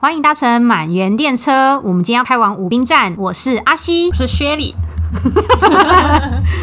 欢迎搭乘满园电车，我们今天要开往武滨站，我是阿西 我。是薛礼，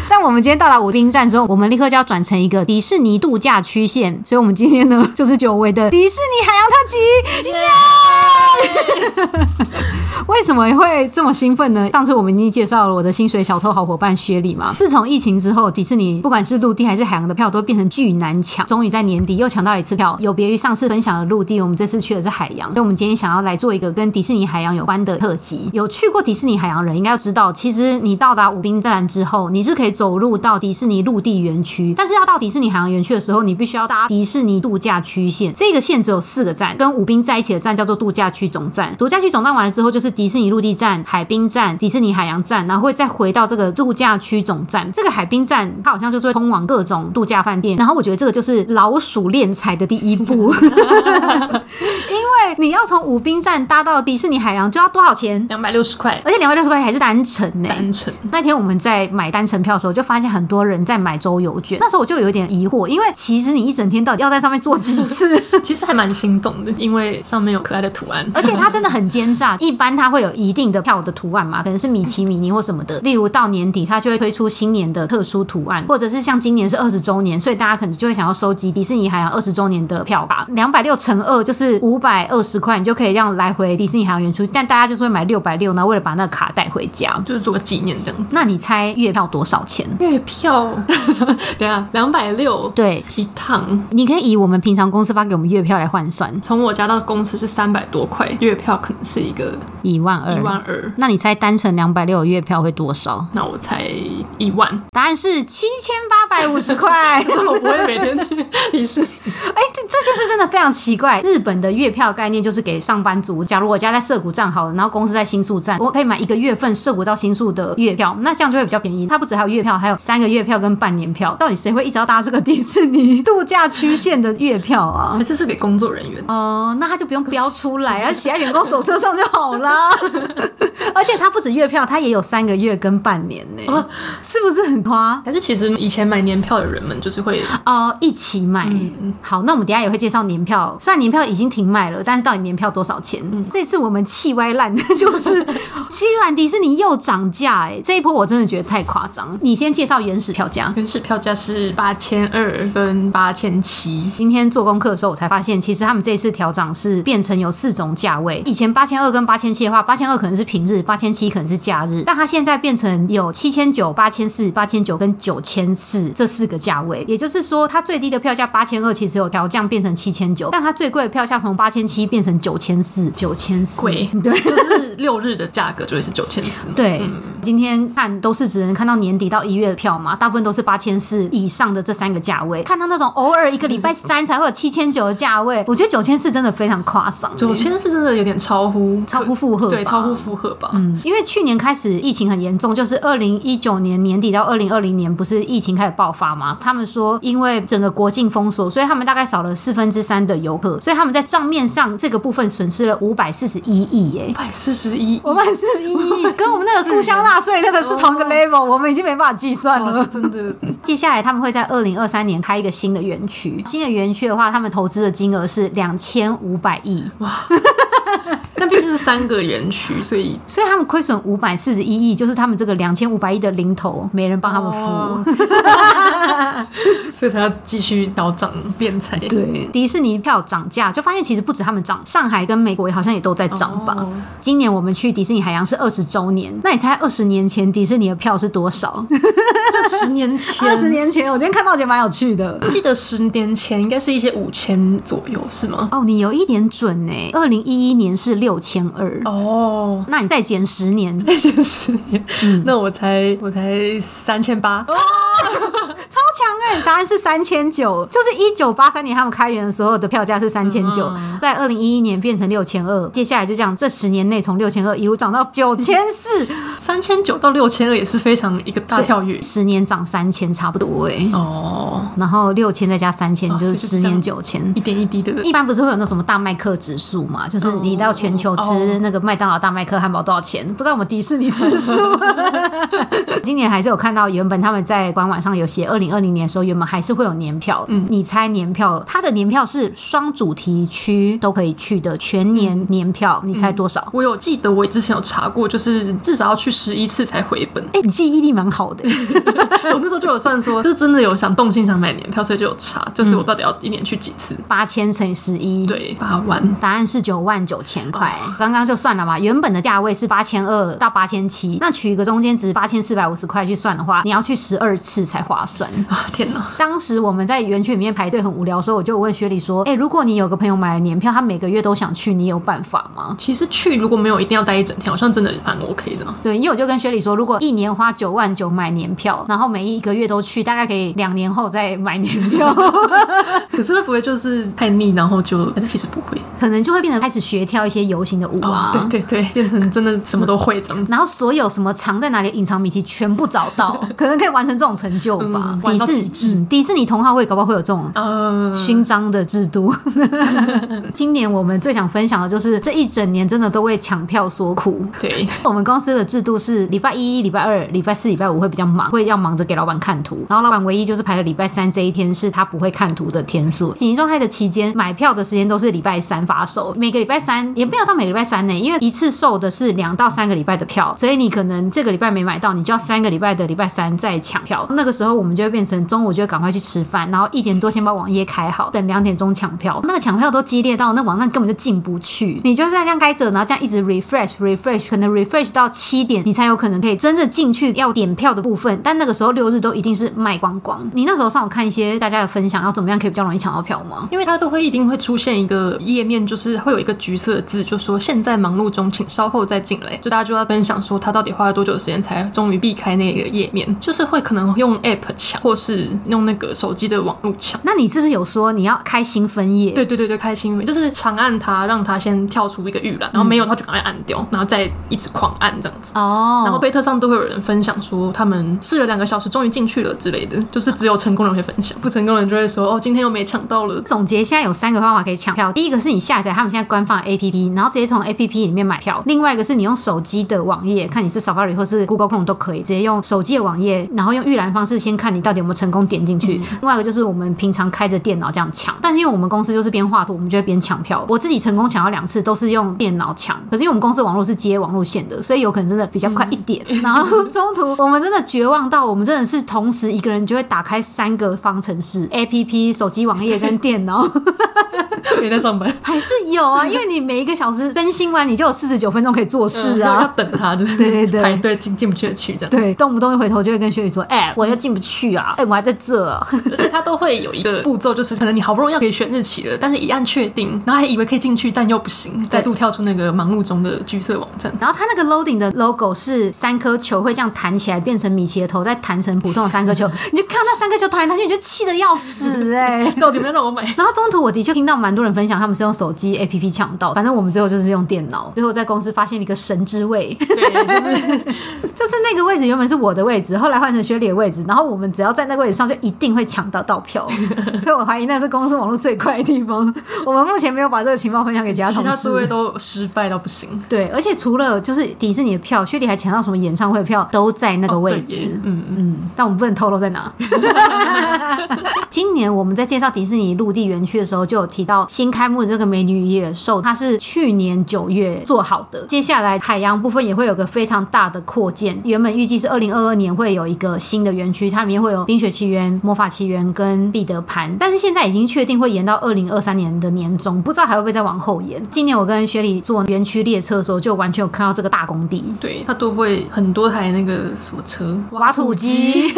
但我们今天到达武滨站之后，我们立刻就要转成一个迪士尼度假区线，所以我们今天呢就是久违的迪士尼海洋特辑，耶！ 为什么会这么兴奋呢？上次我们已经介绍了我的薪水小偷好伙伴薛礼嘛。自从疫情之后，迪士尼不管是陆地还是海洋的票都变成巨难抢，终于在年底又抢到了一次票。有别于上次分享的陆地，我们这次去的是海洋，所以我们今天想要来做一个跟迪士尼海洋有关的特辑。有去过迪士尼海洋的人应该要知道，其实你到达武滨站之后，你是可以走路到迪士尼陆地园区，但是要到迪士尼海洋园区的时候，你必须要搭迪士尼度假区线。这个线只有四个站，跟武滨在一起的站叫做度假区总站。度假区总站完了之后，就是迪士尼陆地站、海滨站、迪士尼海洋站，然后会再回到这个度假区总站。这个海滨站它好像就是会通往各种度假饭店，然后我觉得这个就是老鼠敛财的第一步。 因为你要从武滨站搭到迪士尼海洋，就要多少钱？两百六十块而且两百六十块还是单程呢、单程， 那天我们在买单程票的时候，就发现很多人在买周游券。那时候我就有点疑惑，因为其实你一整天到底要在上面坐几次？其实还蛮心动的，因为上面有可爱的图案，而且它真的很奸诈。一般它会有一定的票的图案嘛，可能是米奇、米妮或什么的。例如到年底，它就会推出新年的特殊图案，或者是像今年是二十周年，所以大家可能就会想要收集迪士尼海洋二十周年的票吧。两百六乘二就是五百二十块，你就可以让来回迪士尼海洋园区。但大家就是会买六百六，然后为了把那个卡带回家。就是做个纪念这样。那你猜月票多少钱？月 票，等一下啊两百六对，一趟，你可以以我们平常公司发给我们月票来换算，从我家到公司是三百多块，月票可能是一个一万二。一万二，那你猜单程两百六的月票会多少？那我才一万， 答案是七千八百五十块。可是我不会每天去迪士尼，哎、这这件事真的非常奇怪。日本的月票概念就是给上班族，假如我家在涩谷站好了，然后公司在新宿站，我可以买一个月份涩谷到新宿的月票，那这样就会比较便宜。它不止还有月票，还有三个月票跟半年票。到底谁会一直要搭这个 迪士尼度假区线的月票啊 还？是是给工作人员。哦、那他就不用标出 来，然后写在员工手册上就好 啦。而且它不止月票，它也有三个月跟半年呢、哦是不是很夸？还是其实以前买年票的人们就是 会哦、一起买。好，那我们等一下也会介绍年票，虽然年票已经停卖了，但是到底年票多少钱？这次我们气歪烂， 就是西兰迪士尼又涨价哎、这一波我真的觉得太夸张。你先介绍原始票价。原始票价是八千二跟八千七，今天做功课的时候，我才发现，其实他们这一次调涨是变成有四种价位。以前八千二跟八千七的话，八千二可能是平日，八千七可能是假日，但它现在变成有七千九、八千四、八千九跟九千四这四个价位。也就是说，它最低的票价八千二其实有调降变成七千九，但它最贵的票价从八千七变成九千四，九千四贵对。就是六日的价格就会是九千四。对，今天看都是只能看到年底到一月的票嘛，大部分都是八千四以上的这三个价位。看到那种偶尔一个礼拜三才会有七千九的价位，嗯我觉得九千四真的非常夸张、九千四真的有点超乎超乎负荷吧对，超乎负荷吧。嗯，因为去年开始疫情很严重，就是二零一九年年底到二零二零年，不是疫情开始爆发吗？他们说，因为整个国境封锁，所以他们大概少了四分之三的游客，所以他们在账面上这个部分损失了五百四十一亿，哎一。百四十一，我们是一亿，跟我们那个故乡纳税那个是同一个 level，我们已经没办法计算了哇。真的哦 接下来他们会在二零二三年开一个新的园区，新的园区的话，他们投资的金额是两千五百亿，但毕竟是三个园区，所以所以他们亏损五百四十一亿，就是他们这个两千五百亿的零头没人帮他们付。 哦 所以他要继续调涨变财。对，迪士尼票涨价，就发现其实不止他们涨，上海跟美国好像也都在涨吧。哦今年我们去迪士尼海洋是二十周年，那你猜二十年前迪士尼的票是多少？二十年前，二十年前，我今天看到我觉得蛮有趣的。记得十年前应该是一些五千左右，是吗？哦，你有一点准呢、二零一一年是六千二，哦，那你再减十年， 那就是十年，那我才我才三千八，超强哎、答案是三千九，就是一九八三年他们开园的时候的票价是三千九，嗯在二零一一年变成六千二，接下来就这样，这十年内从六千二一路涨到九千四，三千九到六千二也是非常一个 大跳跃。十年涨三千差不多哎、哦，然后六千再加三千哦就是是十这年样九千。一点一滴的，一般不是会有那什么大麦克指数嘛？就是你到全球吃哦那个麦当劳大麦克汉堡多少钱？不知道我们迪士尼指数。今年还是有看到，原本他们在官网上有写，二零二零年时候，原本还是会有年票。嗯，你猜年票，它的年票是双主题区都可以去的全年年票，你猜多少？我有记得，我之前有查过，就是至少要去十一次才回本。哎、你记忆力蛮好的、我那时候就有算说，就是真的有想动心想买年票，所以就有查，就是我到底要一年去几次？八千乘以十一。对，八万。答案是九万九千块，刚刚就算了嘛，原本的价位是八千二到八千七，那取一个中间值八千四百五十块去算的话，你要去十二次才划 算。啊，天哪！当时我们在园区里面排队很无聊的时候，我就问雪里说：“哎、如果你有个朋友买了年票，他每个月都想去，你有办法吗其实去如果没有一定要待一整天，好像真的蛮 OK 的。？”对，因为我就跟雪里说，如果一年花九万九买年票，然后每一个月都去，大概可以两年后再买年 票，可是会不会就是太腻，然后就还是其实不会可能就会变得开始学跳一些游行的舞啊。哦对对对，变成真的什么都会这样子。然后所有什么藏在哪里、隐藏秘籍全部找 到，可能可以完成这种成就吧嗯。迪玩到极士、致嗯迪士尼同好会搞不好会有这种嗯，勋章的制 度。今年我们最想分享的就是这一整年真的都为抢票所苦。对， 我们公司的制度是礼拜一、礼拜二、礼拜四、礼拜五会比较忙，会要忙着给老板看图。然后老板唯一就是排了礼拜三这一天是他不会看图的天数。紧急状态的期间，买票的时间都是礼拜三发售，每个礼拜三也没有到每个礼拜三呢，因为一次售的是两到三个礼拜的票，所以你可能这个礼拜没买到，你就要三个礼拜的礼拜三再抢票。那个时候我们就会变成中午就会赶快去吃饭，然后一点多先把网页开好，等两点钟抢票。那个抢票都激烈到那网站根本就进不去，你就是在这样开着，然后这样一直 refresh refresh，可能 refresh 到七点，你才有可能可以真的进去要点票的部分。但那个时候六日都一定是卖光光。你那时候上网看一些大家的分享，要怎么样可以比较容易抢到票吗？因为它都会一定会出现一个页面，就是会有一个橘色的字，就说现在忙碌中，请稍后再进来。就大家就要分享说他到底花了多久的时间才终于避开那个页面，就是会可能用 App 抢，或是用那个手机的网络抢。那你是不是有说你要开新分页？对对对对，开心就是长按它，让它先跳出一个预览，然后没有它就赶快按掉，然后再一直狂按这样子。哦，然后推特上都会有人分享说他们试了两个小时，终于进去了之类的，就是只有成功人会分享，不成功人就会说哦，今天又没抢到了。 总结，现在有三个方法可以抢票。第一个是你下载他们现在官方的 APP，然后直接从 APP 里面买票；另外一个是你用手机的网页，看你是 Safari 或是 Google Chrome 都可以，直接用手机的网页，然后用预览方式先看你到底有没有成功点进去。另外一个就是我们平常开着电脑这样抢，但是因为我们公司就是边画图，我们就会边抢票。我自己成功抢到两次，都是用电脑抢，可是因为我们公司网络是接网路线的，所以有可能真的比较快一点。然后中途我们真的绝望到，我们真的是同时一个人就会打开三个方程式 APP、手机网页跟电脑。没在上班。还是有啊，因为你每一个小时更新完，你就有四十九分钟可以做事嗯 要要啊。等他，就是对对对排队进进不去的区这 样。对，动不动一回头就会跟学姐说：“哎、我又进不去啊，哎、我还在这、啊。而且他都会有一个步骤，就是可能你好不容易要可以选日期了，但是一按确定，然后还以为可以进去，但又不行，再度跳出那个忙碌中的橘色网 站”。然后它那个 loading 的 logo 是三颗球会这样弹起来，变成米奇的头，再弹成普通的三颗球，你就看到那三颗球弹来弹去，你就气得要死哎、 到底有没有让我买？然后中途我的确听到蛮多人分享，他们是用手机 APP 抢到，反正我们最后就是用电脑。最后在公司发现了一个神之位，就是那个位置原本是我的位置，后来换成薛礼的位置，然后我们只要在那个位置上，就一定会抢 到到票。所以我怀疑那是公司网络最快的地方。我们目前没有把这个情报分享给其他其同他事座。位都失败到不行。对，而且除了就是迪士尼的票，薛礼还抢到什么演唱会票都在那个位置。对耶嗯，嗯，但我们不能透露在哪。今年我们在介绍迪士尼陆地园区的时候，就有提到新开幕的这个美女与野兽，它是去年九月做好的。接下来海洋部分也会有个非常大的扩建，原本预计是二零二二年会有一个新的园区，它里面会有冰雪奇缘、魔法奇缘跟彼得潘，但是现在已经确定会延到二零二三年的年中，不知道还会不会再往后延。今年我跟雪里坐园区列车的时候，就完全有看到这个大工地。对，他都会很多台那个什么车，挖土机，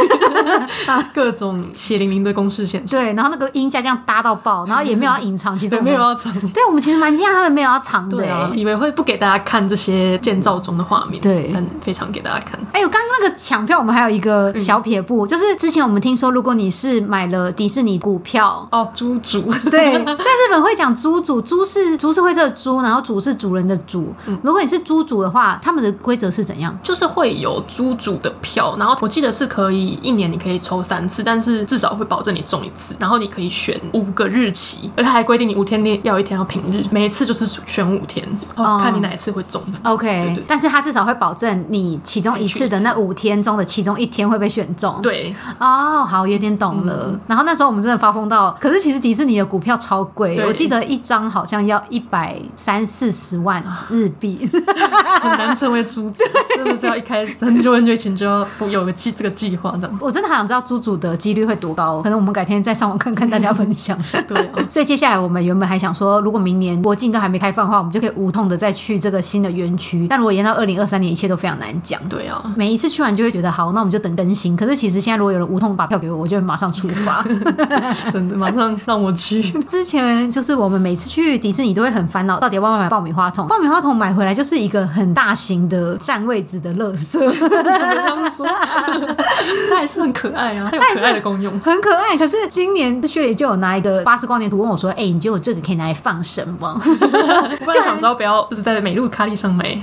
各种血淋淋的公式现场，对，然后那个音架这样搭到爆，然后也没有要隐藏，其实对，我没们有要藏。 对我们其实蛮惊讶他们没有要藏的、对啊，欸。以为会不给大家看这些建造中的画面，对但非常给大家看。，哎呦，刚刚那个抢票，我们还有一个小撇步，就是之前我们听说，如果你是买了迪士尼股票哦，猪猪， 对，在日本会讲猪主，猪是株式会社的猪，然后主是主人的主。嗯如果你是猪主的话，他们的规则是怎样？就是会有猪主的票，然后我记得是可以一年你可以抽三次，但是至少会保证你中一次，然后你可以选五个日期，而且还规定你五天内要一天要平日，每一次就是选五天，然后看你哪一次会中的。 OK，对对但是他至少会保证你其中一次的那五天中的其中一天会被选中。，对，哦，好，有点懂了。然后那时候我们真的发疯到，可是其实迪士尼的股票超贵，对我记得一张好像要一百三四十万日币。 很难成为主角，真的是要一开始很久很久以前就要哦有个计这个计划这样。我真的好想知道猪主的几率会多高，可能我们改天再上网看看大家分享。对啊，所以接下来我们原本还想说，如果明年国境都还没开放的话，我们就可以无痛的再去这个新的园区。但如果延到二零二三年，一切都非常难讲。对啊，每一次去完就会觉得好，那我们就等更新。可是其实现在如果有人无痛把票给我，我就会马上出发。真的马上让我去。之前就是我们每次去迪士尼都会很烦恼，到底要不要买爆米花桶？爆米花桶买回来就是一个很大型的占位置的垃圾， 我就这样 说，它还是很可爱啊，它有可爱的功用。很可爱。可是今年薛里就有拿一个巴斯光年图问我说：“哎、你觉得我这个可以拿来放什么？” 我本来想说不要，就是在美露咖喱上买，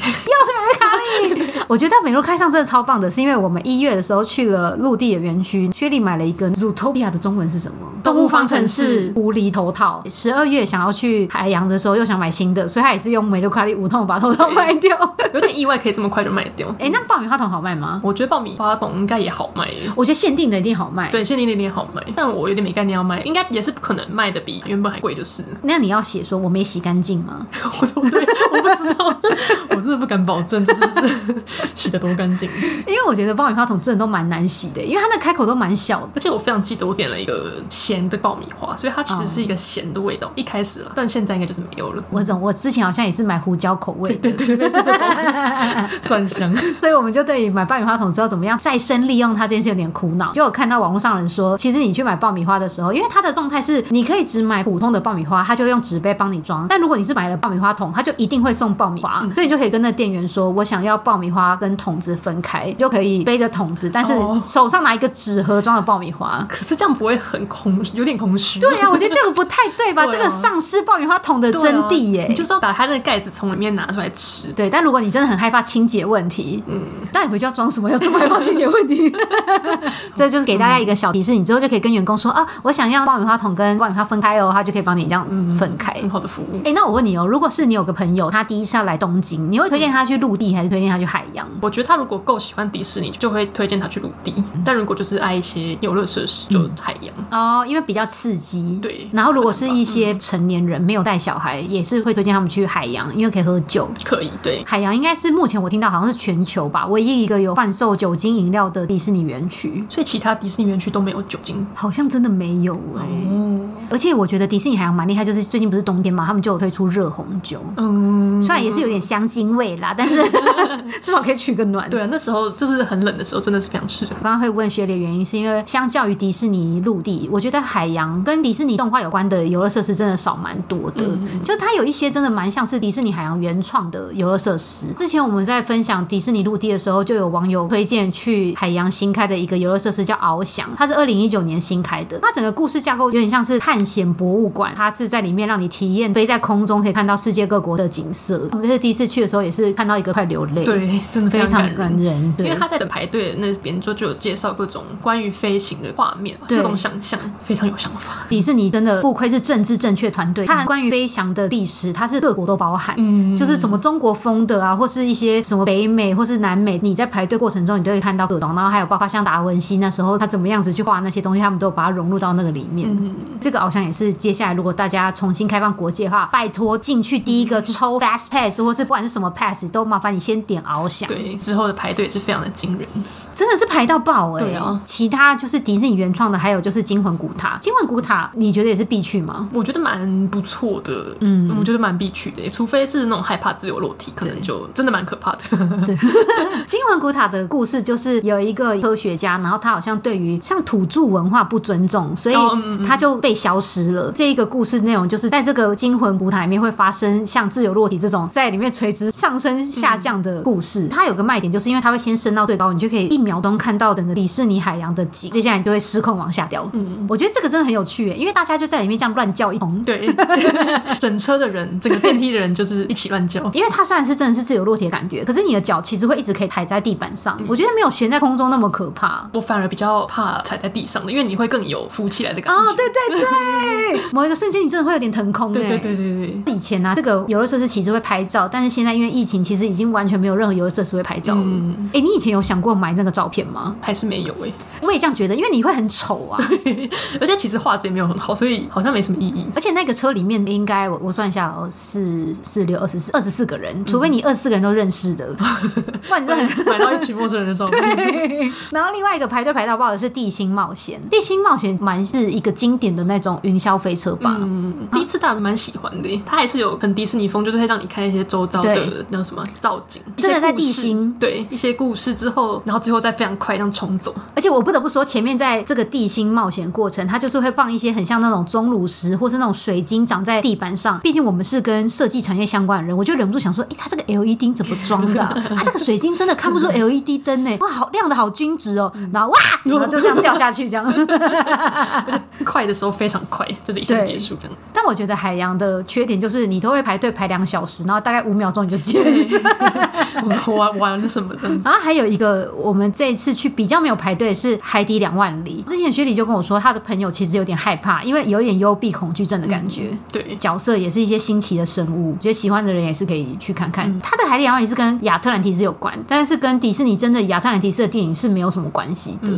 我觉得美露开上真的超棒的，是因为我们一月的时候去了陆地的园区，薛丽买了一个 Zootopia 的中文是什么？动物方程式狐狸头套。十二月想要去海洋的时候又想买新的，所以她也是用美露卡利无痛把头套卖 掉。有点意外，可以这么快就卖掉。哎、那爆米花桶好卖吗？我觉得爆米花桶应该也好卖耶，我觉得限定的一定好卖。，对，限定那点好卖，但我有点没概念要卖，应该也是不可能卖的比原本还贵， 就是那你要写说我没洗干净吗？ 我都对，我不知道，我真的不敢保证，就是洗得多干净。因为我觉得爆米花桶真的都蛮难洗的，因为它那开口都蛮小的。而且我非常记得我点了一个咸的爆米花，所以它其实是一个咸的味道，一开始啦，啊但现在应该就是没有了。 我总我之前好像也是买胡椒口味的，蒜香，所以我们就对于买爆米花桶之后怎么样再生利用它这件事有点苦恼。就有看到网络上人说，其实你去买爆米花的时候，因为它的动态是你可以只买普通的爆米花，它就会用纸杯帮你装；但如果你是买了爆米花桶，它就一定会送爆米花，嗯所以你就可以跟那店员说，我想要爆米花跟桶子分开，就可以背着桶子，但是哦手上拿一个纸盒装的爆米花。可是这样不会很空，有点空虚。对啊呀、我觉得这个不太 对吧？对啊这个丧失爆米花桶的对啊真谛耶、你就是要打开那个盖子，从里面拿出来吃。对，但如果你真的很害怕清洁问题，嗯，但你回去要装什么？要这么害怕清洁问 题？这就是给大家一个小提示，你之后就可以跟员工说啊，我想要爆米花桶跟爆米花分开哦，他就可以帮你这样分开。很好的服务。哎、那我问你哦，如果是你有个朋友，他第一次要来东京，你会推荐他去陆地，还是推荐他去海洋？我觉得他如果够喜欢迪士尼，就会推荐他去陆地；但如果就是爱一些游乐设施，就海洋。哦，因为比较刺激。对然后如果是一些成年人没有带小孩，也是会推荐他们去海洋，因为可以喝酒。可以，对，海洋应该是目前我听到好像是全球吧，唯一一个有贩售酒精饮料的迪士尼园区。所以其他迪士尼园区都没有酒精。好像真的没有哎、而且我觉得迪士尼还蛮厉害，就是最近不是冬天嘛，他们就有推出热红酒，嗯，虽然也是有点香精味啦，但是至少可以取个暖。对啊，那时候就是很冷的时候，真的是非常适合。我刚刚会问学姐的原因，是因为相较于迪士尼陆地，我觉得海洋跟迪士尼动画有关的游乐设施真的少蛮多的。就它有一些真的蛮像是迪士尼海洋原创的游乐设施。之前我们在分享迪士尼陆地的时候，就有网友推荐去海洋新开的一个游乐设施叫翱翔，它是二零一九年新开的。它整个故事架构有点像是探险博物馆，它是在里面让你体验飞在空中，可以看到世界各国的景色。我们这次第一次去的时候，也是看到一个快流泪，，对，真的非常常感人。对因为他在等排队的那边就就有介绍各种关于飞行的画面，对各种想象，非常有想法。迪士尼真的不愧是政治正确团嗯队，它关于飞翔的历史，它是各国都包含，嗯，就是什么中国风的啊，或是一些什么北美或是南美，你在排队过程中你都会看到各种，然后还有包括像达文西那时候他怎么样子去画那些东西，他们都把它融入到那个里面。嗯这个翱翔也是接下来如果大家重新开放国际的话，拜托进去第一个抽 fast pass 或是不管是什么 pass 都麻烦你先点翱翔。对，之后的排队是非常的惊人。真的是排到爆哎、对啊其他就是迪士尼原创的，还有就是惊魂古塔。惊魂古塔，你觉得也是必去吗？我觉得蛮不错的，嗯，我觉得蛮必去的，除非是那种害怕自由落体，可能就真的蛮可怕的。金魂古塔的故事就是有一个科学家，然后他好像对于像土著文化不尊重，所以哦嗯他就被消失了。这一个故事内容就是在这个金魂古塔里面会发生像自由落体这种在里面垂直上升下降的故嗯事。它有个卖点，就是因为它会先升到最高，你就可以一秒钟看到整个迪士尼海洋的嗯景，接下来你就会失控往下掉。嗯，我觉得这个真的很有趣耶，因为大家就在里面这样乱叫一通。 对，整车的人，整个电梯的人就是一起乱叫。因为它虽然是真的是自由落体的感觉，可是你的脚其实会一直可以踩在地板嗯上，我觉得没有悬在空中那么可怕。我反而比较怕踩在地上的，因为你会更有浮起来的感觉。哦 哦，对对对，某一个瞬间你你真的会有点腾空、欸。对对对对对。以前啊，这个游乐设施其实会拍照，但是现在因为疫情，其实已经完全没有任何游乐设施会拍照了。哎、嗯你以前有想过买那个照片吗？还是没有哎、我也这样觉得，因为你会很丑啊。而且其实画质也没有很好，所以好像没什么意 义。而且那个车里面应该我我算一下哦，四四六二十四二十四个人，嗯除非你二十四个人都认识 的，不然你真的很。买到一群陌生人的照片，然后另外一个排队排到爆的是地心冒险，地心冒险蛮是一个经典的那种云霄飞车吧。嗯，第一次大的蛮喜欢的耶，它还是有很迪士尼风，就是会让你看一些周遭对的那种什么造景，真的在地一些故事心对一些故事之后，然后最后再非常快这样冲走， 而且我不得不说，前面在这个地心冒险过程，它就是会放一些很像那种钟乳石或是那种水晶长在地板上。毕竟我们是跟设计产业相关的人，我就忍不住想说，诶，它这个 LED 怎么装的、啊？它这个水晶真的看不出 LED 灯呢、哇，好亮的好均值哦！然后哇，然后就这样掉下去这样。 快的时候非常快，就是一下就结束这样子。但我觉得海洋的缺点就是，你都会排队排两小时，然后大概五秒钟你就结束。我玩玩了什么这样子？然后还有一个，我们这一次去比较没有排队是海底两万里。之前学理就跟我说，他的朋友其实有点害怕，因为有点幽闭恐惧症的感觉。对，角色也是一些新奇的生物，觉得喜欢的人也是可以去看看。它的海底两万里是跟亚特兰提斯有关，但是跟迪士尼真的亚特兰提斯的电影是没有什么关系的。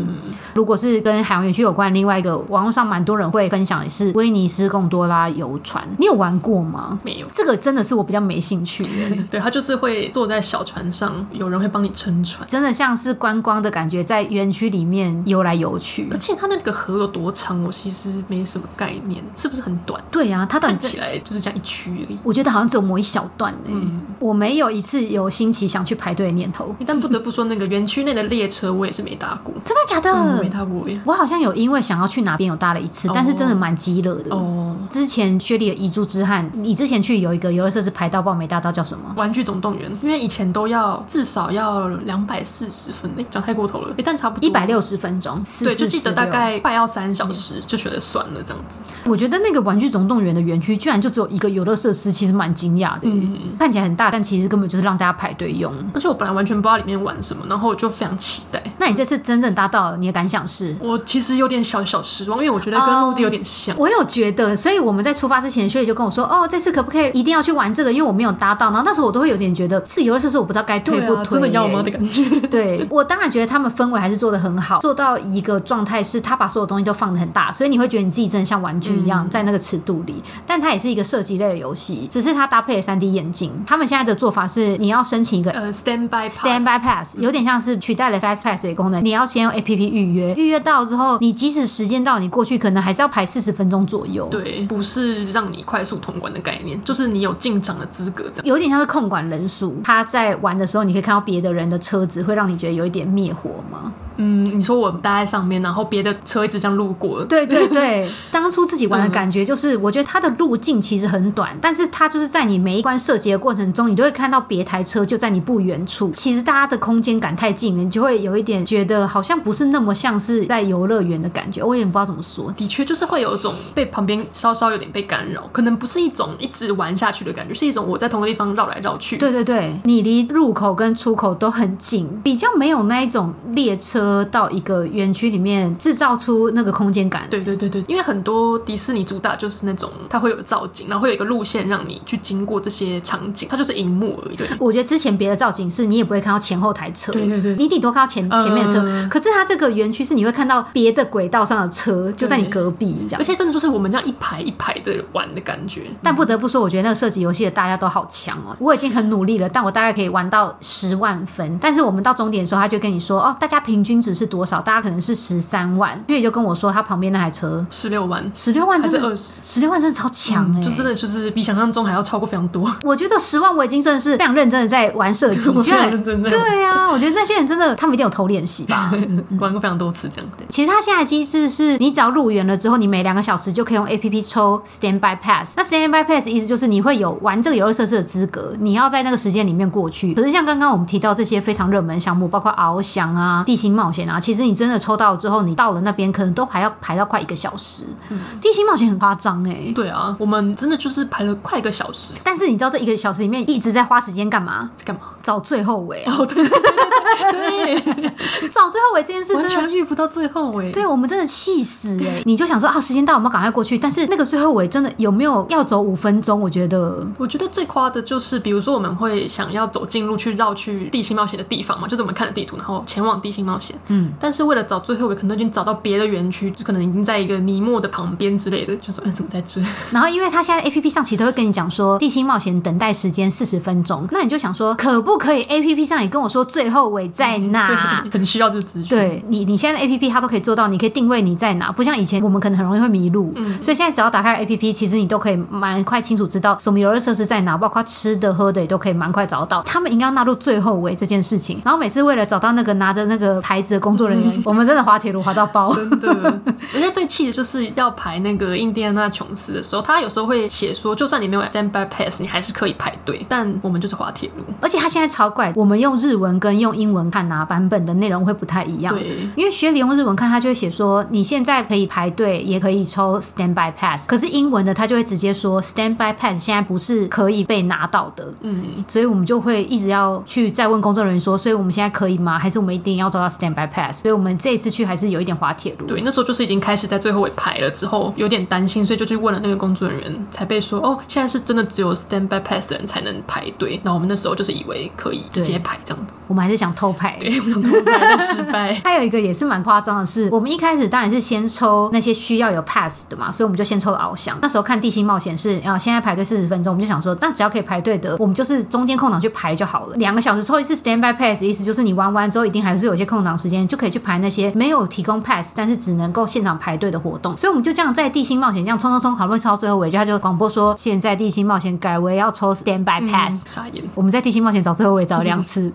如果是跟海洋园区有关，另外一个网络上蛮多人会分享的是威尼斯贡多拉游船，你有玩过吗？没有。这个真的是我比较没兴趣的。对，他就是会坐在小船上，有人会帮你撑船，真的像是观光的感觉，在园区里面游来游去而。且它那个河有多长，我其实没什么概念，是不是很短？对啊，它到底看在起来就是这样一区而已。我觉得好像只有某一小段呢、我没有一次有兴起想去排队的念头，但不得不说，那个园区内的列车我也是没搭过，真的假的？哦嗯、没搭过耶。我好像有因为想要去哪边有搭了一次，但是真的蛮激烈的。哦，之前薛丽的遗珠之憾，你之前去有一个游乐设施排到爆没搭到，叫什么？玩具总动员，因为以前都要至少要两百四十分，哎、讲太过头了，哎、但差不多一百。六十分钟，对，就44记得大。 46概快要三小时，就觉得算了这样子。我觉得那个《玩具总动员》的园区居然就只有一个游乐设施，其实蛮惊讶的耶、看起来很大，但其实根本就是让大家排队用。而且我本来完全不知道里面玩什么，然后我就非常期待。那你这次真正搭到了，你的感想是？我其实有点小小失望，因为我觉得跟哦陆地有点像。我有觉得，所以我们在出发之前，薛丽就跟我说：“哦，这次可不可以一定要去玩这个？因为我没有搭到。”然后那时候我都会有点觉得，这个游乐设施我不知道该推对不推、啊，真的要吗的感觉？ 对我当然觉得他们氛围还是做的很好，做到一个状态是他把所有东西都放的很大，所以你会觉得你自己真的像玩具一样、嗯在那个尺度里。但它也是一个射击类的游戏，只是它搭配了三 D 眼镜。他们现在的做法是你要申请一个。呃，stand by pass Stand by Pass 嗯有点像是取代了 Fast Pass 的功能，你要先用 APP 预约，预约到之后，你即使时间到，你过去可能还是要排四十分钟左右，对，不是让你快速通关的概念，就是你有进场的资格这样。有点像是控管人数。他在玩的时候，你可以看到别的人的车子，会让你觉得有一点灭火吗？嗯，你说我搭在上面，然后别的车一直这样路过，对对对， 当初自己玩的感觉就是，我觉得它的路径其实很短，但是它就是在你每一关射击的过程中，你都会看到别台车就在你不远处。其实大家的空间感太近了，你就会有一点觉得好像不是那么像是在游乐园的感觉。我也不知道怎么说。的确就是会有一种被旁边稍稍有点被干扰，可能不是一种一直玩下去的感觉，是一种我在同一个地方绕来绕去。对对对，你离入口跟出口都很近，比较没有那一种列车到一个园区里面制造出那个空间感。对对对对，因为很多迪士尼主打就是那种它会有造景，然后会有一个路线让你去经过这些场景，它就是荧幕而已。对我觉得之前别的造景是你也不会看到前后台车，对对对你顶多看到前嗯前面的车。可是它这个园区是你会看到别的轨道上的车就在你隔壁这样而。且真的就是我们这样一排一排的玩的感觉，但不得不说，我觉得那个射击游戏的大家都好强哦！我已经很努力了，但我大概可以玩到十万分。但是我们到终点的时候，他就跟你说：“哦，大家平均值是多少？大家可能是十三万。”所以就跟我说，他旁边那台车十六万，十六万还真是的二十，嗯十六万真的超强哎、就真的就是比想象中还要超过非常多。我觉得十万我已经真的是非常认真的在玩射 击，我居非常然认真的对啊！我觉得那些人真的，他们一定有偷练习 吧。玩过非常多次这样。其实它现在的机制是你只要入园了之后，你每两个小时就可以用 A P P 抽 Standby Pass。那 Standby Pass 意思就是你会有玩这个游乐设施的资格，你要在那个时间里面过去。可是像刚刚我们提到这些非常热门的项目，包括翱翔啊、地形冒险啊，其实你真的抽到之后，你到了那边可能都还要排到快一个小时。嗯地形冒险很夸张哎、对啊，我们真的就是排了快一个小时，但是你知道这一个小时里面一直在花时间干嘛？ 在干嘛？找最后尾啊。哦，对对对对 对对，找最后尾这件事完真的全遇不到最后欸尾。对我们真的气死哎、 你就想说啊，时间到，我们要赶快过去。但是那个最后尾真的有没有要走五分钟？我觉得我觉得最夸的就是，比如说我们会想要走近路去绕去地心冒险的地方嘛，就是我们看的地图，然后前往地心冒险。嗯，但是为了找最后尾，可能已经找到别的园区，就可能已经在一个泥沫的旁边之类的，就说嗯，怎么在这？然后因为他现在 A P P 上其实都会跟你讲说地心冒险等待时间四十分钟，那你就想说可不可以 A P P 上也跟我说最后尾在哪？ 对，很需要这个资啊讯。，对你，你现在的 A P P 它都可以做到，你可以定位你在哪，不像以前我们可能很容易会迷路。嗯所以现在只要打开 A P P，其实你都可以蛮快清楚知道什么游乐设施在哪，包括吃的喝的也都可以蛮快找到。他们应该要纳入最后尾这件事情。然后每次为了找到那个拿着那个牌子的工作人员，我们真的滑铁卢滑到爆。嗯 真的。而且最气的就是要排那个印第安纳琼斯的时候，他有时候会写说，就算你没有 standby pass，你还是可以排队，但我们就是滑铁卢。而且他现在超怪，我们用日文跟用英文看啊版本的内容会不太一样。对。因为学理用日文看，他就会写说你现在可以排队，也可以抽 standby pass。可是英文的他就会直接说 standby pass 现在不是可以被拿到的，嗯，所以我们就会一直要去再问工作人员说，所以我们现在可以吗？还是我们一定要做到 standby pass？所以我们这一次去还是有一点滑铁卢。对，那时候就是已经开始在最后尾排了，之后有点担心，所以就去问了那个工作人员，才被说哦，现在是真的只有 standby pass 的人才能排队。然后我们那时候就是以为可以直接排这样子， 哎我们还是想偷排。。对，我们都排但失败还有一个也是蛮夸张的是，我们一开始当然是先抽那些需要有 pass 的嘛，所以我们就先抽了翱翔。那时候看《地心冒险》是啊，现在排队四十分钟，我们就想说，那只要可以排队的，我们就是中间空档去排就好了。两个小时抽一次 standby pass，意思就是你玩完之后一定还是有一些空档时间，就可以去排那些没有提供 pass，但是只能够现场排队的活动。所以我们就这样在《地心冒险》这样冲冲冲，好不容易冲到最后尾，就他就广播说，现在《地心冒险》改为要抽 standby 嗯 pass。傻眼，我们在《地心冒险》找最后尾找了两次，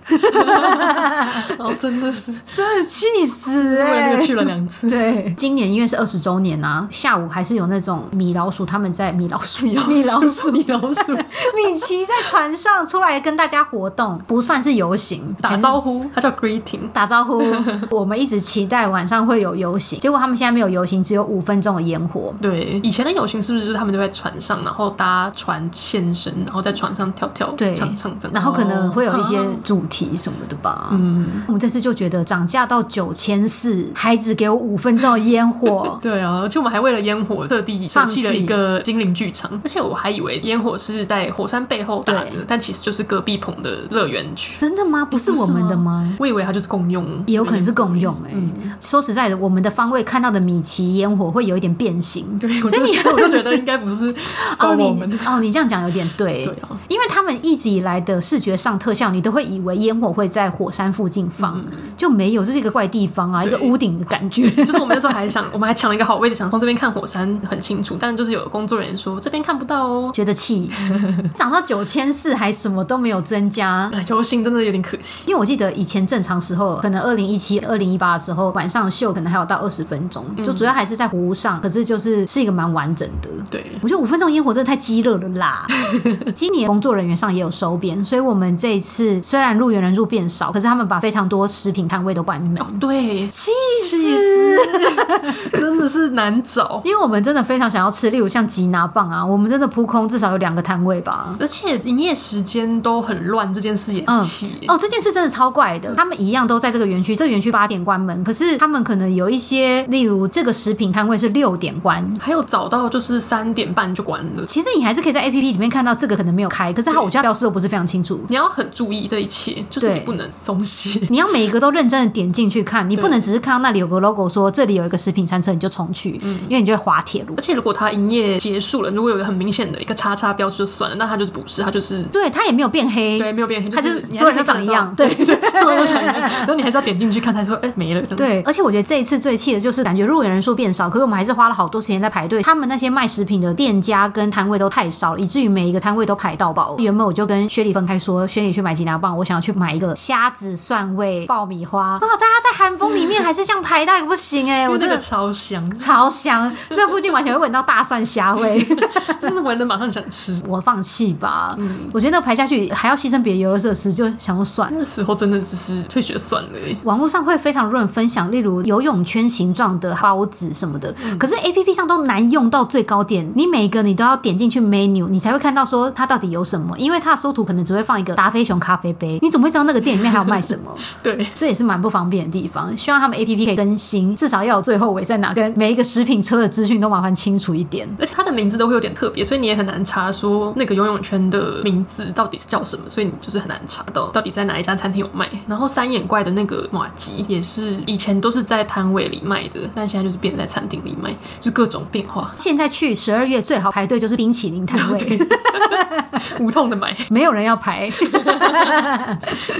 哦，真的是真的 气死为了哎、这个去了两次。对，今年因为是二十周年啊，下午还是有那种米老鼠他们在米老鼠、 米老鼠、鼠，米老 鼠，米奇在船上出来跟大家活动，不算是游行，打还是招呼，它叫 greeting。打招呼。我们一直期待晚上会有游行，结果他们现在没有游行，只有五分钟的烟火。对，以前的友情是不是就是他们就在船上，然后搭船现身，然后在船上跳跳、对唱唱这样，然后可能会有一些哦。主题什么的吧。嗯，我们这次就觉得涨价到九千四，还只给我五分钟的烟火对啊，而且我们还为了烟火特地放放弃弃了一个精灵剧场，而且我还以为烟火是在火山背后打的对，但其实就是隔壁棚的乐园 区。真的吗？不是我们的吗？我以为它就是共用，也有可能是共用哎、嗯说实在的，我们的方位看到的米奇烟火会有一点变形，对，我所就以你 所以我就觉得应该不是 哦哦，你我们的。哦你这样讲有点对，对啊因为他们一直以来的视觉上特效，你都会以为烟火会在火山附近放，就没有，这是一个怪地方啊，一嗯对个屋顶的感 觉。就是我们那时候还想，我们还抢了一个好位置，想从这边看火山很清楚，但就是有工作人员说这边看不到哦。觉得 气，涨到九千四还什么都没有增加，哎，游行真的有点可惜。因为我记得以前正常时候，可能二零一七、二零一八的时候，晚上的秀可能还有到二十分钟，嗯就主要还是在湖上，可是就是是一个蛮完整的。对，我觉得五分钟烟火真的太激热了啦！今年工作人员上也有收编，所以我们这一次虽然入园人数变少，可是他们把非常多食品摊位都关门，哦，对，气气死！真的是难找。因为我们真的非常想要吃，例如像吉拿棒啊，我们真的扑空至少有两个摊位吧。而且营业时间都很乱，这件事也嗯很气、哦，这件事真的超怪的。他们一样都在这个园区，这个园区八点关门，可是他们可能有一些，例如这个食品摊位是六点关。还有早到就是三点半就关了，其实你还是可以在 A P P 里面看到这个可能没有开，可是它对我觉得标示都不是非常清楚。你要很注意这一切，就是对你不能松懈。 你要每一个都认真的点进去看，你对不能只是看到那里有个 logo 说这里有一个食品餐车你就冲去，因为你就会滑铁卢而。且如果它营业结束了，如果有一个很明显的一个叉叉标志就算了，那它就是不是，它就是。对，它也没有变黑，对，没有变，它哎就是是你还所有人都可以看长一到样，对对 对，所有人都长一样。然后你还是要点进去看，他说：“哎、没了。”这样子对，而且我觉得这一次最气的就是感觉入园人数变少，可是我们还是花了好多时间在排队。他们那些卖食品的店家跟摊位都太少了，以至于每一个摊位都排到爆。原本我就跟薛礼分开说，薛礼去买吉拿棒，我想要去买一个虾子蒜味爆米花啊！大家在寒风里面还是这样排，那也不行 哎、因我为那真个的。超 香，超香，那附近完全会闻到大蒜虾味。就是闻了马上想吃。我放弃吧。我觉得那个排下去还要牺牲别的游乐设施，就想说算了。那时候真的只是退学算了、欸，网络上会非常多人分享，例如游泳圈形状的包子什么的，可是 A P P 上都难用到最高点。你每一个你都要点进去 menu，你才会看到说它到底有什么，因为它的缩图可能只会放一个达菲熊咖啡杯，你怎么会知道那个店里面还要卖什么，对，这也是蛮不方便的地方。希望他们 A P P 可以更新，至少要有最后尾在哪，跟每一个食品车的资讯都麻烦清楚一点。，而且它的名字都会有点特别，所以你也很难查说那个游泳圈的名字到底是叫什么，所以你就是很难查到到底在哪一家餐厅有卖。然后三眼怪的那个马吉也是以前都是在摊位里卖的，但现在就是变成在餐厅里卖，就是各种变化 现在去十二月最好排队就是冰淇淋摊位，无痛的买。没有人要排。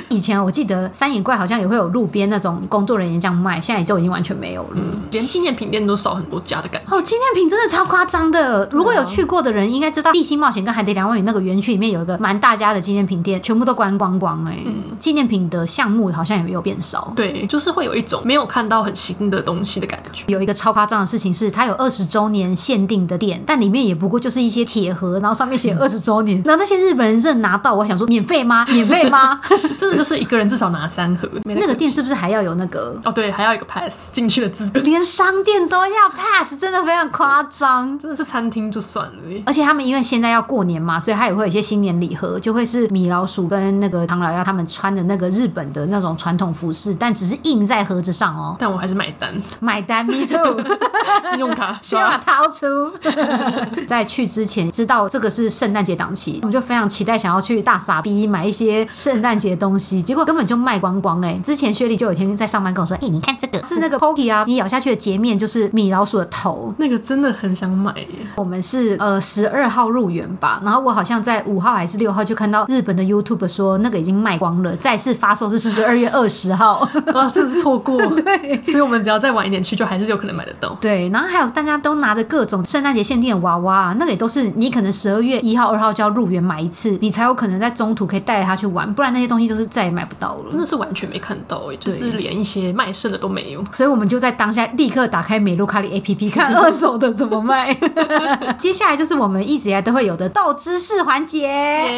以前我记得三眼怪好像也会有路边那种工作人员这样卖，现在就已经完全没有了。连纪念品店都少很多家的感觉。哦，纪念品真的超夸张的。如果有去过的人，应该知道地心冒险跟海底两万元那个园区里面有一个蛮大家的纪念品店，全部都关光光哎、纪念品的项目好像也没有变少。对，就是会有一种没有看到很新的东西的感觉。 有一个超夸张的事情是，它有二十周年限定的店，但里面也不过就是一些铁盒，然后上面写二十周年。然后那些日本人认拿到，我还想说免费吗？ 免费吗？真的就是一个人至少拿三 盒。没得那个客店气是不是还要有那个？哦，对，还要一个 pass 进去的资格， 连商店都要 pass，真的非常夸张。真的是餐厅就算了欸耶。而且他们因为现在要过年嘛，所以他也会有一些新年礼盒，就会是米老鼠跟那个唐老鸭他们穿的那个日本的那种传统服饰，但只是印在盒子上哦。但我还是买单， 买单，me too，信用卡先把它刷。掏出。在去之前知道这个是圣诞节档期，我们就非常期待想要去大傻逼买一些圣诞节东西，结果根本就卖光光哎、之前薛丽就有一天在上班跟我说：“哎、你看这个是那个 Pokey 啊，你咬下去的截面就是米老鼠的头，那个真的很想买 耶，我们是呃十二号入园吧，然后我好像在五号还是六号就看到日本的 YouTube 说那个已经卖光了，再次发售是十二月二十号。啊，真的是错过。 对，所以我们只要再晚一点去，就还是有可能买得到。对，然后还有大家都拿着各种圣诞节限定的娃娃啊，那个也都是你可能十二月一号、二号就要入园买一次，你才有可能在中途可以带着它去玩，不然那些东西都是再也买不到真了。的是完全没看到哎，就是连一些卖剩的都没 有。所以我们就在当下立刻打开美露卡里 APP 看二手的怎么卖。接下来就是我们一直以来都会有的斗知识环节。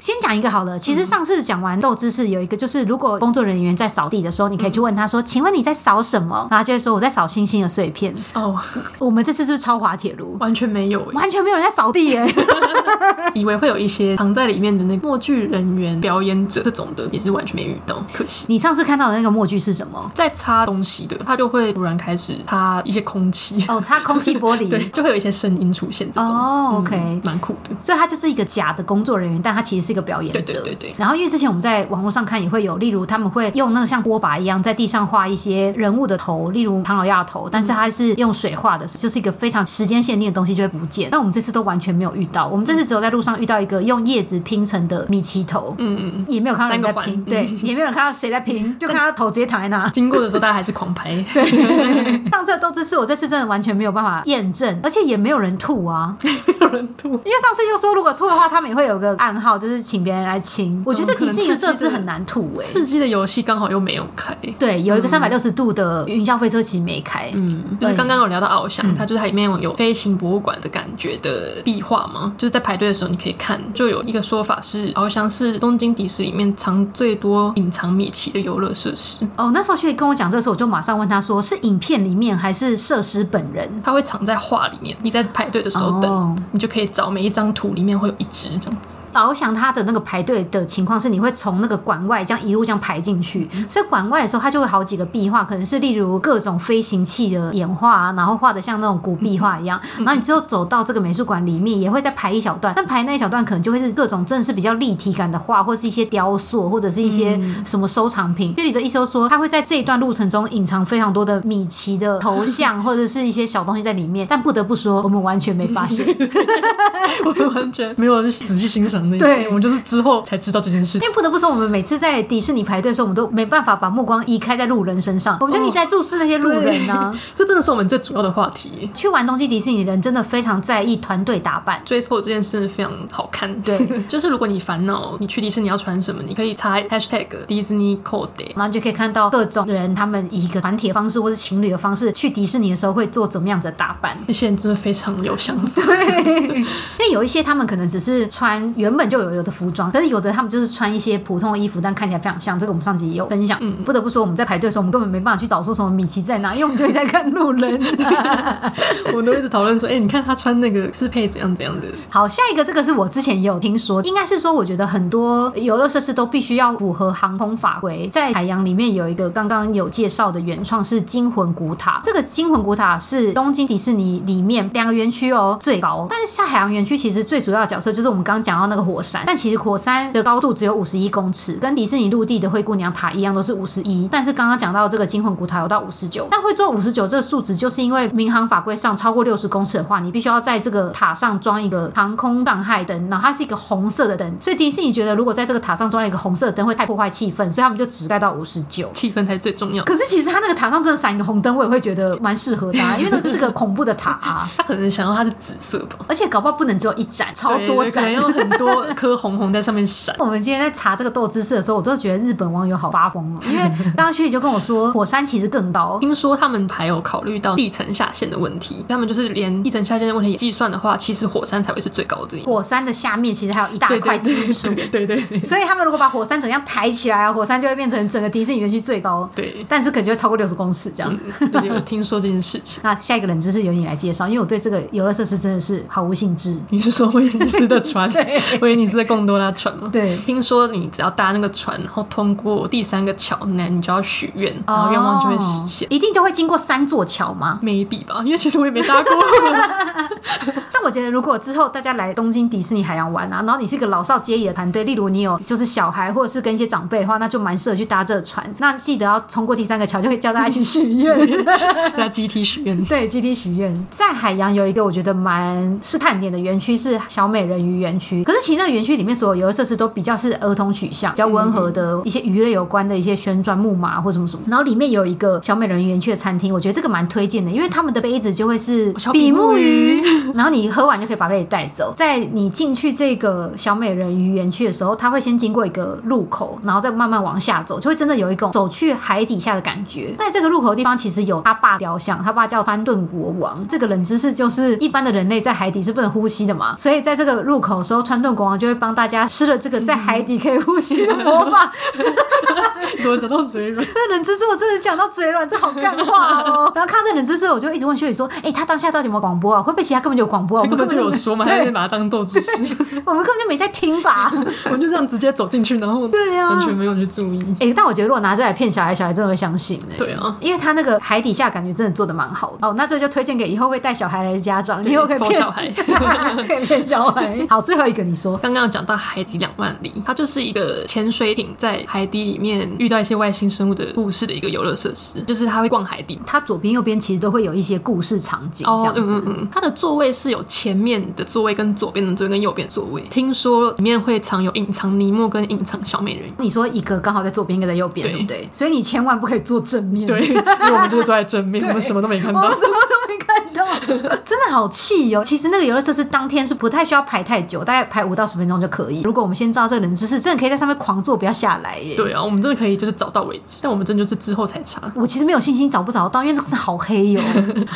先讲一个好了，其实上次讲完豆知识有一个，就是如果工作人员在扫地的时候，你可以去问他说：“请问你在扫什么？”然后他就会说：“我在扫星星的碎片。 哦，”嗯 我们这次是不是超滑铁 卢？完全没有耶，完全没有人在扫地耶！以为会有一些藏在里面的那个默剧人员、表演者这种的，也是完全没遇到，可惜。你上次看到的那个默剧是什么？在擦东西的，他就会突然开始擦一些空气， 哦，擦空气玻 对，璃。就会有一些声音出现这种。哦，OK 嗯蛮酷的。所以他就是一个假的工作人员，但他其实是一个表演者。对对对对然后因为之前我们在网络上看也会有，例如他们会用那个像锅巴一样在地上画一些人物的头，例如唐老鸭的头，但是它是用水画的，就是一个非常时间限定的东西就会不见。但我们这次都完全没有遇到，我们这次只有在路上遇到一个用叶子拼成的米奇头，嗯嗯，也没有看到人在三个环拼，嗯对，也没有人看到谁在拼，就看他头直接躺在那。经过的时候大家还是狂 拍， 上次的斗智是我这次真的完全没有办法验证，而且也没有人吐啊。有人吐。因为上次就说，如果吐的话，他们也会有个暗号，就是请别人来亲。我觉嗯得迪士尼的设施很难吐哎、刺激的游戏刚好又没有开。对，有一个三百六十度的云霄飞车其实没开，嗯，就是刚刚有聊到翱翔，它就是它里面有飞行博物馆的感觉的壁画嘛，就是在排队的时候你可以看，就有一个说法是翱翔是东京迪士尼里面藏最多隐藏米奇的游乐设施，哦，那时候雪跟我讲这个时候，我就马上问他说，是影片里面还是设施本人？它会藏在画里面，你在排队的时候等，哦你就可以找每一张图里面会有一只这样子，翱翔他的那个排队的情况是，你会从那个馆外这样一路这样排进去，所以馆外的时候，它就会好几个壁画，可能是例如各种飞行器的演化啊，然后画的像那种古壁画一样。然后你最后走到这个美术馆里面，也会再排一小段，但排那一小段可能就会是各种正式比较立体感的画，或是一些雕塑，或者是一些什么收藏品。这里的一休说，他会在这一段路程中隐藏非常多的米奇的头像或者是一些小东西在里面，但不得不说，我们完全没发现。 我完全没有去仔细欣赏那些，对我们就是之后才知道这件事因为不得不说，我们每次在迪士尼排队的时候，我们都没办法把目光移开在路人身上，我们就一直在注视那些路人啊。 这真的是我们最主要的话题。去玩东西，迪士尼人真的非常在意团队打扮。追溯这件事非常好看，对， 就是如果你烦恼你去迪士尼要穿什么，你可以查 hashtag Disney Code，然后就可以看到各种人，他们以一个团体的方式或是情侣的方式去迪士尼的时候会做怎么样子的打扮。那些人真的非常有想法， 因为有一些他们可能只是穿原本就有有的服装，可是有的他们就是穿一些普通的衣服，但看起来非常像。这个我们上集也有分享。不得不说，我们在排队的时候，我们根本没办法去导说什么米奇在哪，因为我们就一直在看路人。我们都一直讨论说，哎、你看他穿那个是配怎样怎样的，好，下一个这个是我之前也有听说，应该是说我觉得很多游乐设施都必须要符合航空法规。在海洋里面有一个刚刚有介绍的原创是惊魂古塔，这个惊魂古塔是东京迪士尼里面两个园区哦最高，但是下海洋园区其实最主要的角色就是我们刚刚讲到那个火山，但其实火山的高度只有五十一公尺，跟迪士尼陆地的灰姑娘塔一样都是五十一，但是刚刚讲到这个惊魂古塔有到五十九，但会做五十九这个数值，就是因为民航法规上超过六十公尺的话，你必须要在这个塔上装一个航空障碍灯，然后它是一个红色的灯，所以迪士尼觉得如果在这个塔上装了一个红色的灯会太破坏气氛，所以他们就只盖到五十九。气氛才最重要。可是其实它那个塔上真的闪一个红灯，我也会觉得蛮适合的、啊，因为那就是个恐怖的塔、 啊，他可能想要它是紫色吧，而且搞不好不能只有一盏，超对多对可盏。能。有很哦多颗红红在上面闪我们今天在查这个豆知识的时候，我都觉得日本网友好发疯哦，因为刚刚学姐就跟我说， 火山其实更高，听说他们还有考虑到地层下陷的问题，他们就是连地层下陷的问题也计算的话，其实火山才会是最高的。火山的下面其实还有一大对块对积对 水，对对对对所以他们如果把火山整样抬起来啊，火山就会变成整个迪士尼园区最高，对，但是可能就会超过六十公尺这样。嗯对有听说这件事情。那下一个冷知识由你来介绍，因为我对这个游乐设施真的是毫无兴致。你是说威尼斯的 船对，威尼斯的贡多拉船吗？对听说你只要搭那个船，然后通过第三个桥，那你就要许愿，然后愿望就会实现哦。一定就会经过三座桥吗？ maybe 吧，因为其实我也没搭 过。但我觉得，如果之后大家来东京迪士尼海洋玩啊，然后你是一个老少皆宜的团队，例如你有就是小孩或者是跟一些长辈的话，那就蛮适合去搭这个船。那记得要通过第三个桥，就可以叫大家一起许愿。 那集体许 愿，对，集体许愿。在海洋有一个我觉得蛮是看点的园区是小美人鱼园区，可是其实那个园区里面所有游乐设施都比较是儿童取向，比较温和的一些娱乐有关的一些旋转木马或什么什么。然后里面有一个小美人鱼园区的餐厅，我觉得这个蛮推荐的，因为他们的杯子就会是哦小比比目目鱼鱼， 然后你喝完就可以把杯子带走。在你进去这个小美人鱼园区的时候，它会先经过一个路口，然后再慢慢往下走，就会真的有一种走去海底下的感觉。在这个入口的地方，其实有他爸雕像，他爸叫潘顿国王。这个冷知识就是，一般的人类在海底是不能呼吸的嘛，所以在这个入口的时候，川顿国王就会帮大家吃了这个在海底可以呼吸的魔 法。怎么讲到嘴软？这冷知识我真的讲到嘴软，这好干话哦。然后看到这冷知识，我就一直问学宇说：“哎、他当下到底有没有广播啊？会不会其他根本就有广播啊？我他们根本就没有说嘛，他对在把它当斗猪吃，我们根本就没在听吧？ 我们就这样直接走进去，然后对啊完全没有去注意。哎、但我觉得如果拿这来骗小孩，小孩真的会相信哎、对啊，因为他那个海底下感觉真的做的蛮好的。哦，那这就推荐给以后会带小孩来的家长，以 后可以佛骗小孩。 可以骗小 孩。好，最后一个你说，刚刚有讲到海底两万里，它就是一个潜水艇在海底里面遇到一些外星生物的故事的一个游乐设施，就是它会逛海底。它左边右边其实都会有一些故事场景这样子。嗯嗯嗯，它的座位是有前面的座位、跟左边的座位、跟右边的座位。听说里面会藏有隐藏尼莫跟隐藏小美人鱼。你说一个刚好在左边，一个在右边，对对不对？所以你千万不可以坐正面。 对，因为我们就是坐在正 面，我们什么都没看我到们。什么都没看到， 真的好气哦！其实那个游乐设施当天是不太需要排太久，大概排五到十分钟就可以。如果我们先知道这个冷知识，真的可以在上面狂坐，不要下来耶。。对啊，我们真的可以就是找到为止，但我们真的就是之后才查。我其实没有信心找不找得到，因为这个是好黑 哟、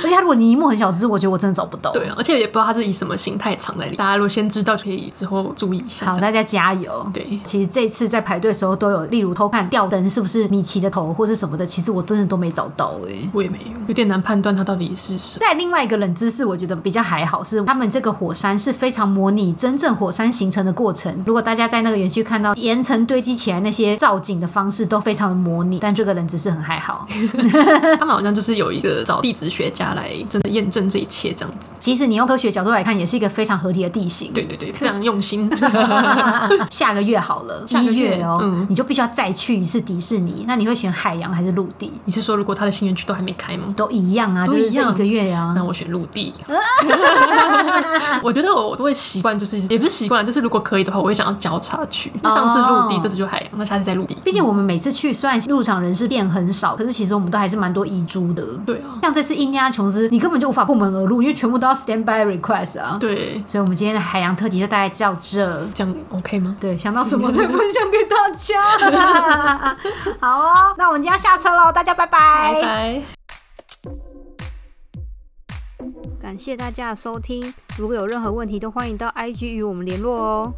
而且它如果泥木很小只，我觉得我真的找不到。对，啊，而且也不知道它是以什么形态藏在里。大家如果先知道，可以之后注意一下。好，这样大家加油。对其实这次在排队的时候都有，例如偷看吊灯是不是米奇的头或是什么的，其实我真的都没找到哎、我也没有，有点难判断它到底是 什么。在另外一个冷知识，我觉得比较还好是，他们这个火山是非常模拟真正火山形成的过程。如果大家在那个园区看到岩层堆积起来那些造景的方式，都非常的模拟，但这个冷知识很还好。他们好像就是有一个找地质学家来真的验证这一切这样子。即使你用科学角度来看，也是一个非常合理的地形。啊对对对，非常用 心。下个月好了，下个一月月哦，嗯你就必须要再去一次迪士尼。那你会选海洋还是陆地？你是说如果他的新园区都还没开吗？都一样啊，都就是一这样嗯一个月啊呀、那我选陆地。我觉得我我都会习惯，就是也不是习惯，就是如果可以的话，我会想要交叉去。那上次陆哦地，这次就海洋，那下次再陆地。毕竟我们每次去，虽然入场人士变很少，可是其实我们都还是蛮多遗珠的。对啊，像这次印第安琼斯，你根本就无法破门而入，因为全部都要 stand by request 啊。对，所以，我们今天的海洋特辑就大概到这。这样 OK 吗？对，想到什么再分享给大家。 好哦，那我们今天要下车喽，大家拜拜。拜拜。感谢大家的收听，如果有任何问题，都欢迎到 IG 与我们联络哦。